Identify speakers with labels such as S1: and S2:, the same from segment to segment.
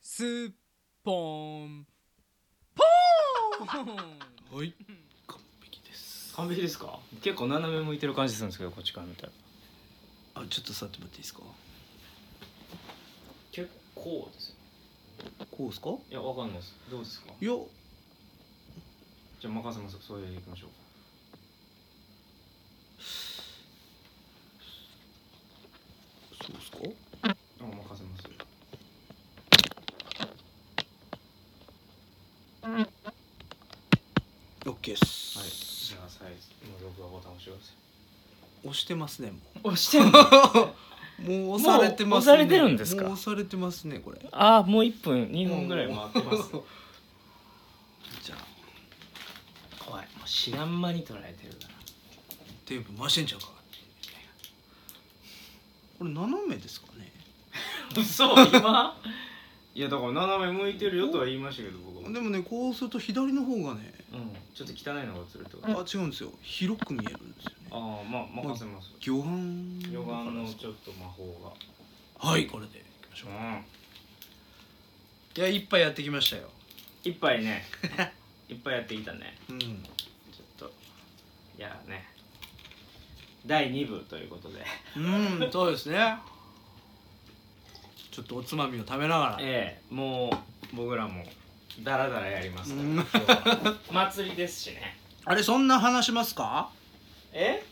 S1: スッポンポー ン
S2: はい
S3: 完璧です
S2: 完璧ですか
S3: 結構斜め向いてる感じするんですけどこっちから見たら
S2: あちょっと座ってもらっていいですか
S3: 結構ですよ
S2: こうですか
S3: いやわかんないですどうですか
S2: いや
S3: じゃあ任せますそれでいきましょう
S2: そうですか
S3: あ任せますよ
S2: オッケーっ
S3: はい
S2: す、
S3: じゃあサイズもう録画ボタン押してください
S2: 押してますねも
S3: 押してんの
S2: うもう押されてますね
S3: もう押されてるんですか
S2: もう押されてますねこ れ
S3: ああもう1分2分ぐらい回ってます
S2: うんじゃあ
S3: 怖いもう知らん間に捉えてるから
S2: テープ回してんちゃうかこれ斜めですかね
S3: 嘘今 いやだから斜め向いてるよとは言いましたけど僕はうん
S2: でもねこうすると左の方がね
S3: ちょっと汚いのが映るってことあ
S2: あ違うんですよ広く見えるんですよね
S3: あまあ任せます
S2: 魚眼
S3: 魚眼のちょっと魔法が
S2: はいこれでいきましょ
S3: うん
S2: ういや一杯やってきましたよ
S3: 一杯 ね一杯やってきたね
S2: うん
S3: ちょっといやね第2部ということで
S2: うんそうですねちょっとおつまみを食べながら
S3: ええもう僕らもダラダラやりますから
S2: うん
S3: 今日は祭りですしね
S2: あれそんな話しますか
S3: え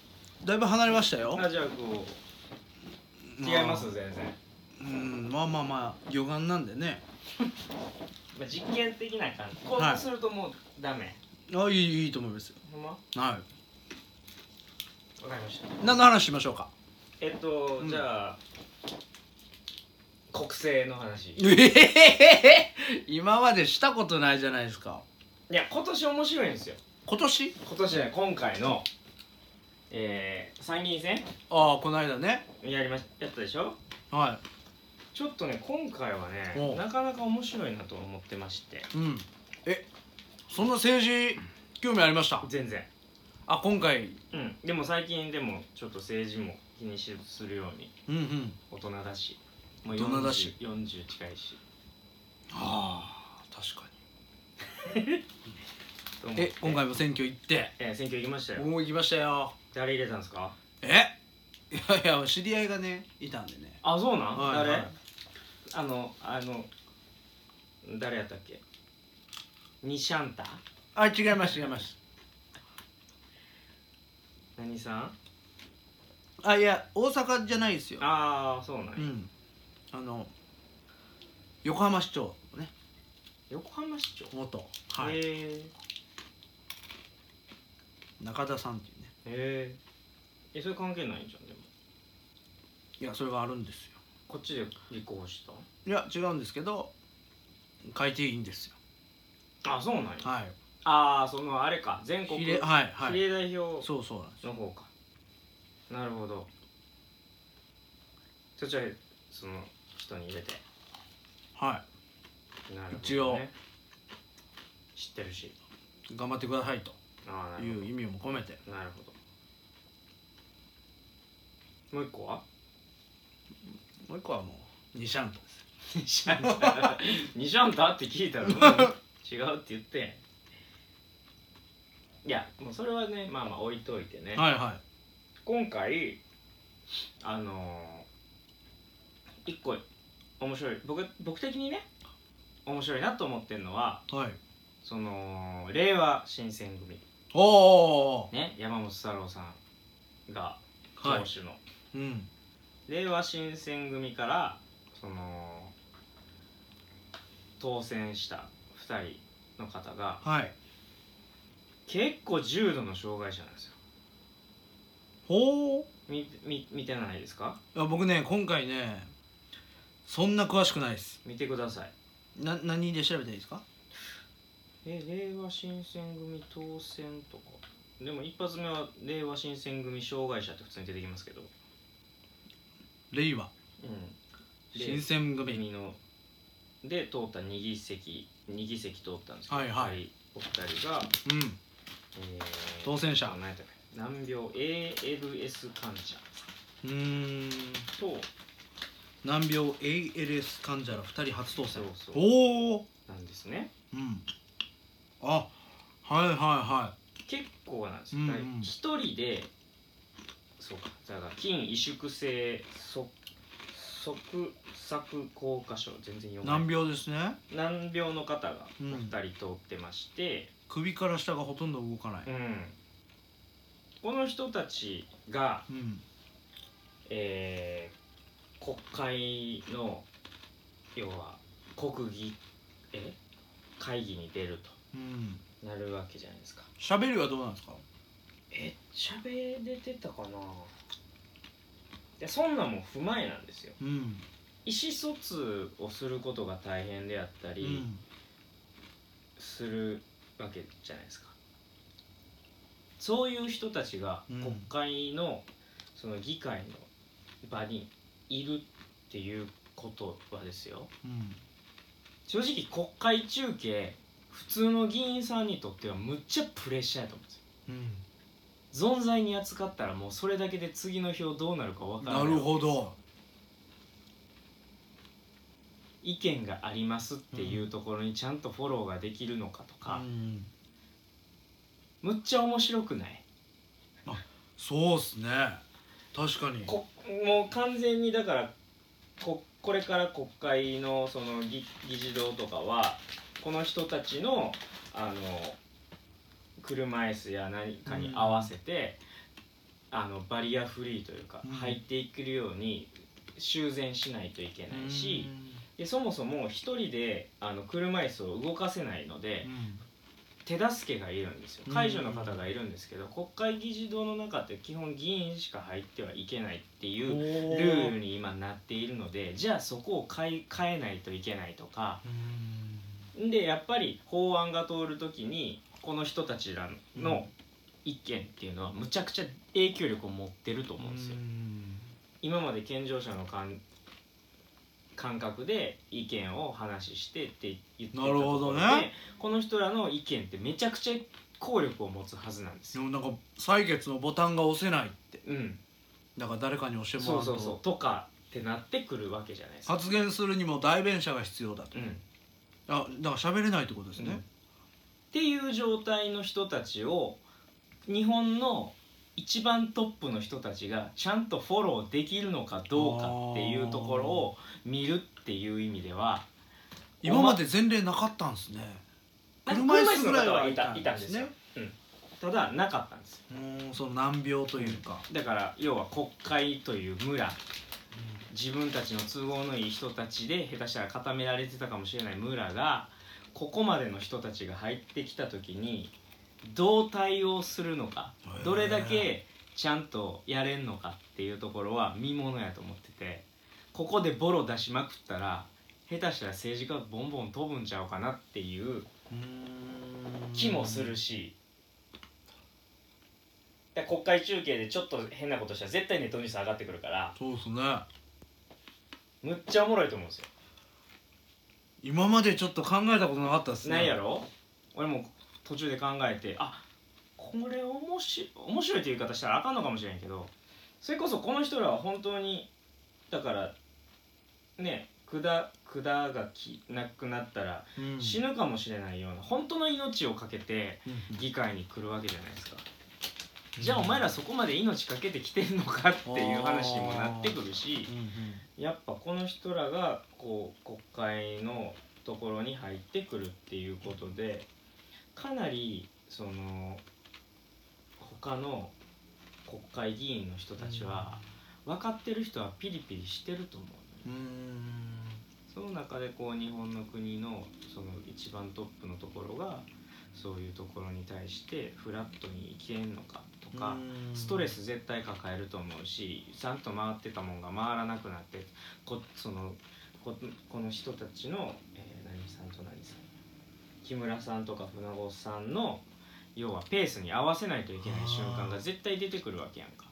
S2: だいぶ離れましたよ
S3: あじゃあこう違います全然、
S2: うんまあまあまあ魚眼なんでね
S3: まあ、実験的な感じこ
S2: は
S3: う
S2: い
S3: するともうダメ、
S2: あいいいいと思いますよ
S3: ほんまわ
S2: は
S3: かりました
S2: い何の話しましょうか
S3: えっと、
S2: うん
S3: じゃあ国政の話い
S2: ええ 今までしたことないじゃないですか
S3: や今年面白いんですよ
S2: 今年
S3: 今年じゃない今回のえー、参議院選
S2: ああこの間ね
S3: やりましやったでしょ
S2: は
S3: ちょっとね今回はね
S2: お
S3: なかなか面白いなと思ってまして
S2: いうんえそんな政治興味ありました
S3: 全然
S2: あ今回
S3: うんでも最近でもちょっと政治も気にしするように
S2: うんうん
S3: 大人だしもう
S2: 大人だし
S3: 40 40近いし
S2: ああ確か
S3: と思っ
S2: に
S3: て
S2: え今回も選挙行って
S3: えー選挙行きましたよ
S2: 僕も行きましたよ
S3: 誰入れたんですか
S2: えいやいや知り合いがねいたんでね
S3: あそうな
S2: はいはい
S3: あのあの誰やったっけニシャンタ
S2: あ違います違います
S3: 何さん
S2: あいや大阪じゃないですよ
S3: ああそうなんや、
S2: うんあの横浜市長ね
S3: 横浜市長
S2: 元はい、
S3: へえ
S2: 中田さんっていうね
S3: へええそれ関係ないんじゃんでも
S2: いやそれがあるんですよ
S3: こっちで立候補した
S2: いや違うんですけど変えていいんですよ
S3: あそうなんや
S2: はい
S3: ああそのあれか全国
S2: 比
S3: 比
S2: 例
S3: 例,、
S2: はいはい
S3: 代表
S2: そうそうなんですよ
S3: の方かなるほどそっちはその人に入れて
S2: は
S3: なるほど、ね、
S2: 一応
S3: 知ってるし
S2: い頑張ってくださいと
S3: ああなるほど
S2: いう意味も込めて
S3: なるほどもう一個は
S2: もう一個はもう2シャンプですよ
S3: ニシャンタニシャンタって聞いたらもう違うって言っていやもうそれはねまあまあ置いといてね、
S2: はいは
S3: 今回あのー、一個面白い僕僕的にね面白いなと思ってるのはい
S2: はい
S3: その令和新選組
S2: おーおー
S3: ね山本太郎さんが
S2: おーはい
S3: 党首の
S2: うん
S3: 令和新選組からその当選した2人の方が
S2: はい
S3: 結構重度の障害者なんですよ
S2: ほう
S3: みみ見てないですか
S2: いや僕ね今回ねそんな詳しくないです
S3: 見てください
S2: な何で調べたらいいですか
S3: え令和新選組当選とかでも一発目は令和新選組障害者って普通に出てきますけど
S2: 令和
S3: うん
S2: 新選組
S3: 組ので通った2議席2議席通ったんですけど、
S2: はいはい
S3: お二人お二人が、
S2: うん
S3: えー
S2: 当選者
S3: 何やったっけ難病 ALS 患者
S2: うーん
S3: と
S2: 難病 ALS 患者ら2人初当選
S3: そうそう
S2: おお
S3: なんですね
S2: うんあはいはいは
S3: 結構なんです
S2: う
S3: よ
S2: んうん
S3: だから一、人でそうかだから筋萎縮性側側索硬化症全然
S2: い
S3: 読めない
S2: 難病ですね
S3: 難病の方がお
S2: うん
S3: 二人通ってまして、
S2: 首から下がほとんど動かない
S3: うんこの人たちが、
S2: うん
S3: えー国会の要は国議え会議に出る
S2: うん
S3: となるわけじゃないですか
S2: 喋りはどうなんですか
S3: え喋れてたかないやそんなんも不前なんですよ
S2: うん
S3: 意思疎通をすることが大変であった
S2: う
S3: り
S2: ん
S3: するわけじゃないですか、そういう人たちが
S2: うん
S3: 国会のその議会の場にいるっていうことはですよ
S2: うん
S3: 正直国会中継普通の議員さんにとってはむっちゃプレッシャーやと思うんですよ
S2: うん
S3: 存在に扱ったらもうそれだけで次の票どうなるか分からな
S2: ないるほど
S3: 意見がありますっていうところにちゃんとフォローができるのかと
S2: う
S3: か、
S2: ん
S3: むっちゃ面白くない
S2: そうっすね確かに
S3: こもう完全にだからここれから国会のその議議事堂とかはこの人たちのあの車椅子や何かに合わせて、あのバリアフリーというか、
S2: うん
S3: 入っていけるように修繕しないといけないし、でそもそも一人であの車椅子を動かせないので。
S2: うん
S3: 手助けがいるんですよ介助の方がいるんですけど、国会議事堂の中って基本議員しか入ってはいけないっ
S2: お
S3: ていうルール
S2: ー
S3: に今なっているのでじゃあそこを変え変えないといけないとか
S2: うん
S3: でやっぱり法案が通る時にこの人たちらの意見っていうのはむちゃくちゃ影響力を持ってると思うんですよ。
S2: うん
S3: 今まで健常者の感感覚で意見を話してって言ってたところで
S2: なるほどね
S3: この人らの意見ってめちゃくちゃ効力を持つはずなんです
S2: で
S3: よ。
S2: もなんか採血のボタンが押せないって
S3: うん、
S2: だから誰かに教えても
S3: そ
S2: ら
S3: う
S2: う
S3: そうそう
S2: と
S3: とかってなってくるわけじゃないですか。
S2: 発言するにも代弁者が必要だと
S3: うん
S2: あだから喋れないってことです
S3: うんっ
S2: ね
S3: ていう状態の人たちを日本の一番トップの人たちがちゃんとフォローできるのかどうかっていうところを見るっていう意味では
S2: 今まで前例なかったんですね車椅子ぐらいはいたん
S3: いた
S2: で
S3: んですすよ
S2: ね、
S3: うん、ただなかったんですよ
S2: うんその難病というか
S3: だから要は国会という村自分たちの都合のいい人たちで下手したら固められてたかもしれない村がここまでの人たちが入ってきた時にどう対応するのか
S2: へー
S3: どれだけちゃんとやれんのかっていうところは見ものやと思っててここでボロ出しまくったら下手したら政治家がボンボン飛ぶんちゃうかなっていう
S2: うん
S3: 気もするし、だから国会中継でちょっと変なことしたら絶対ネットニュース上がってくるから
S2: そうですね
S3: むっちゃおもろいと思うんですよ。
S2: 今までちょっと考えたことなかったですね
S3: ないやろ俺も途中で考えてあこれ面白い面白いという言い方したらあかんのかもしれんけどそれこそこの人らは本当にだからね管管がきなくなったら
S2: うん
S3: 死ぬかもしれないような本当の命を懸けて
S2: うん
S3: 議会に来るわけじゃないですかじゃあお前らそこまで命かけてきてんのかっていう話にもなってくるし
S2: うんうん
S3: やっぱこの人らがこう国会のところに入ってくるっていうことでかなりその他の国会議員の人たちは分かってる人はピリピリしてると思う
S2: う
S3: のよ
S2: ん
S3: その中でこう日本の国のその一番トップのところがそういうところに対してフラットにいけんのかとか。
S2: うん
S3: ストレス絶対抱えると思うしちゃんと回ってたもんが回らなくなってこそのここの人たちの、えー何さんと何さん木村さんとか船越さんの要はペースに合わせないといけない瞬間が絶対出てくるわけやんか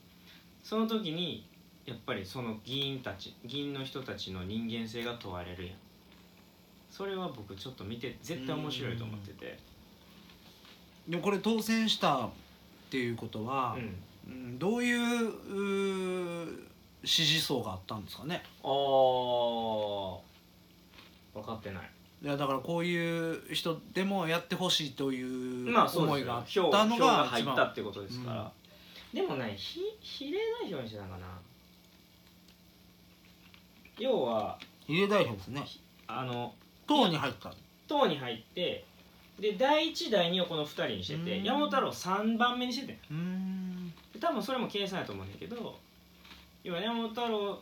S3: その時にやっぱりその議員たち議員の人たちの人間性が問われるやんそれは僕ちょっと見て絶対面白いと思ってて
S2: でもこれ当選したっていうことは、
S3: うん
S2: うんどういううー支持層があったんですかね
S3: ああ分かってない
S2: いやだからこういう人でもやってほしいという
S3: まあそう
S2: 思
S3: で
S2: い
S3: す
S2: があ
S3: よ
S2: っ
S3: 票
S2: たの
S3: 票が
S2: が
S3: 入
S2: 一
S3: った
S2: 番
S3: ってことですから、でもねひ比例代表にしてたかな要は
S2: 比例代表ですね
S3: あの
S2: 党に入った
S3: 党に入ってで第1第2をこの2人にして
S2: う
S3: て
S2: ん
S3: 山本太郎3番目にしてて
S2: うん
S3: で多分それも計算やと思うんだけど要は山本太郎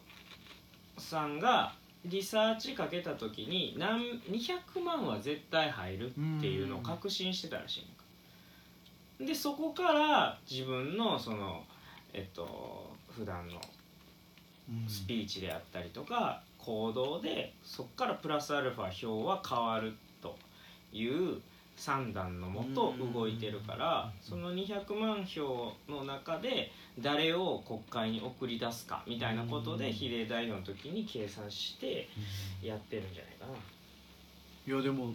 S3: さんがリサーチかけた時に何200万は絶対入るっていうのを確信してたらしいのかでそこから自分のそのえっと普段のスピーチであったりとか行動でそこからプラスアルファ票は変わるという算段のもと
S2: うん
S3: 動いてるから
S2: う
S3: そ
S2: ん
S3: の200万票の中で誰を国会に送り出すかみたいなこと
S2: う
S3: で
S2: ん
S3: 比例代表の時に計算してやってるんじゃないか
S2: いやでも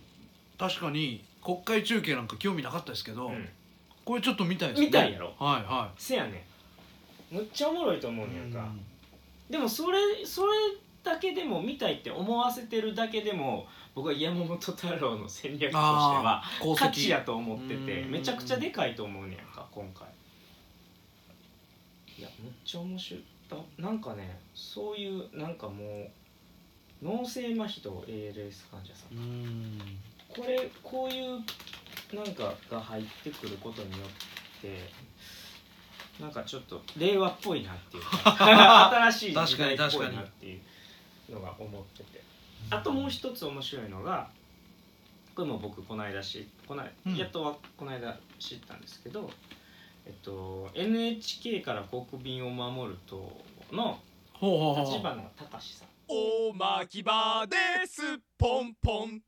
S2: 確かに国会中継なんか興味なかったですけど、
S3: な、うん、
S2: これちょっと見たいですね
S3: 見たいやろ
S2: はいは
S3: せやねんむっちゃおもろいと思う
S2: い
S3: ねんかでもそれそれだけでも見たいって思わせてるだけでも僕は山本太郎の戦略としては
S2: ああ功
S3: 価値
S2: 績
S3: やと思ってて
S2: うん
S3: めちゃくちゃでかいと思うねやんか今回いやめっちゃ面白いだなんかねそういうなんかもう脳性麻痺と ALS 患者さん
S2: うん
S3: これこういうなんかが入ってくることによってなんかちょっと令和っぽいなっていう 新しい時代っぽいなっていうのが思っててあともう一つ面白いのがこれも僕この間しこない
S2: うん
S3: やっとはこの間知ったんですけど、えっと、NHK から国民を守る党の
S2: ほうほうほう
S3: 立花隆さん
S1: おまき場ですポンポン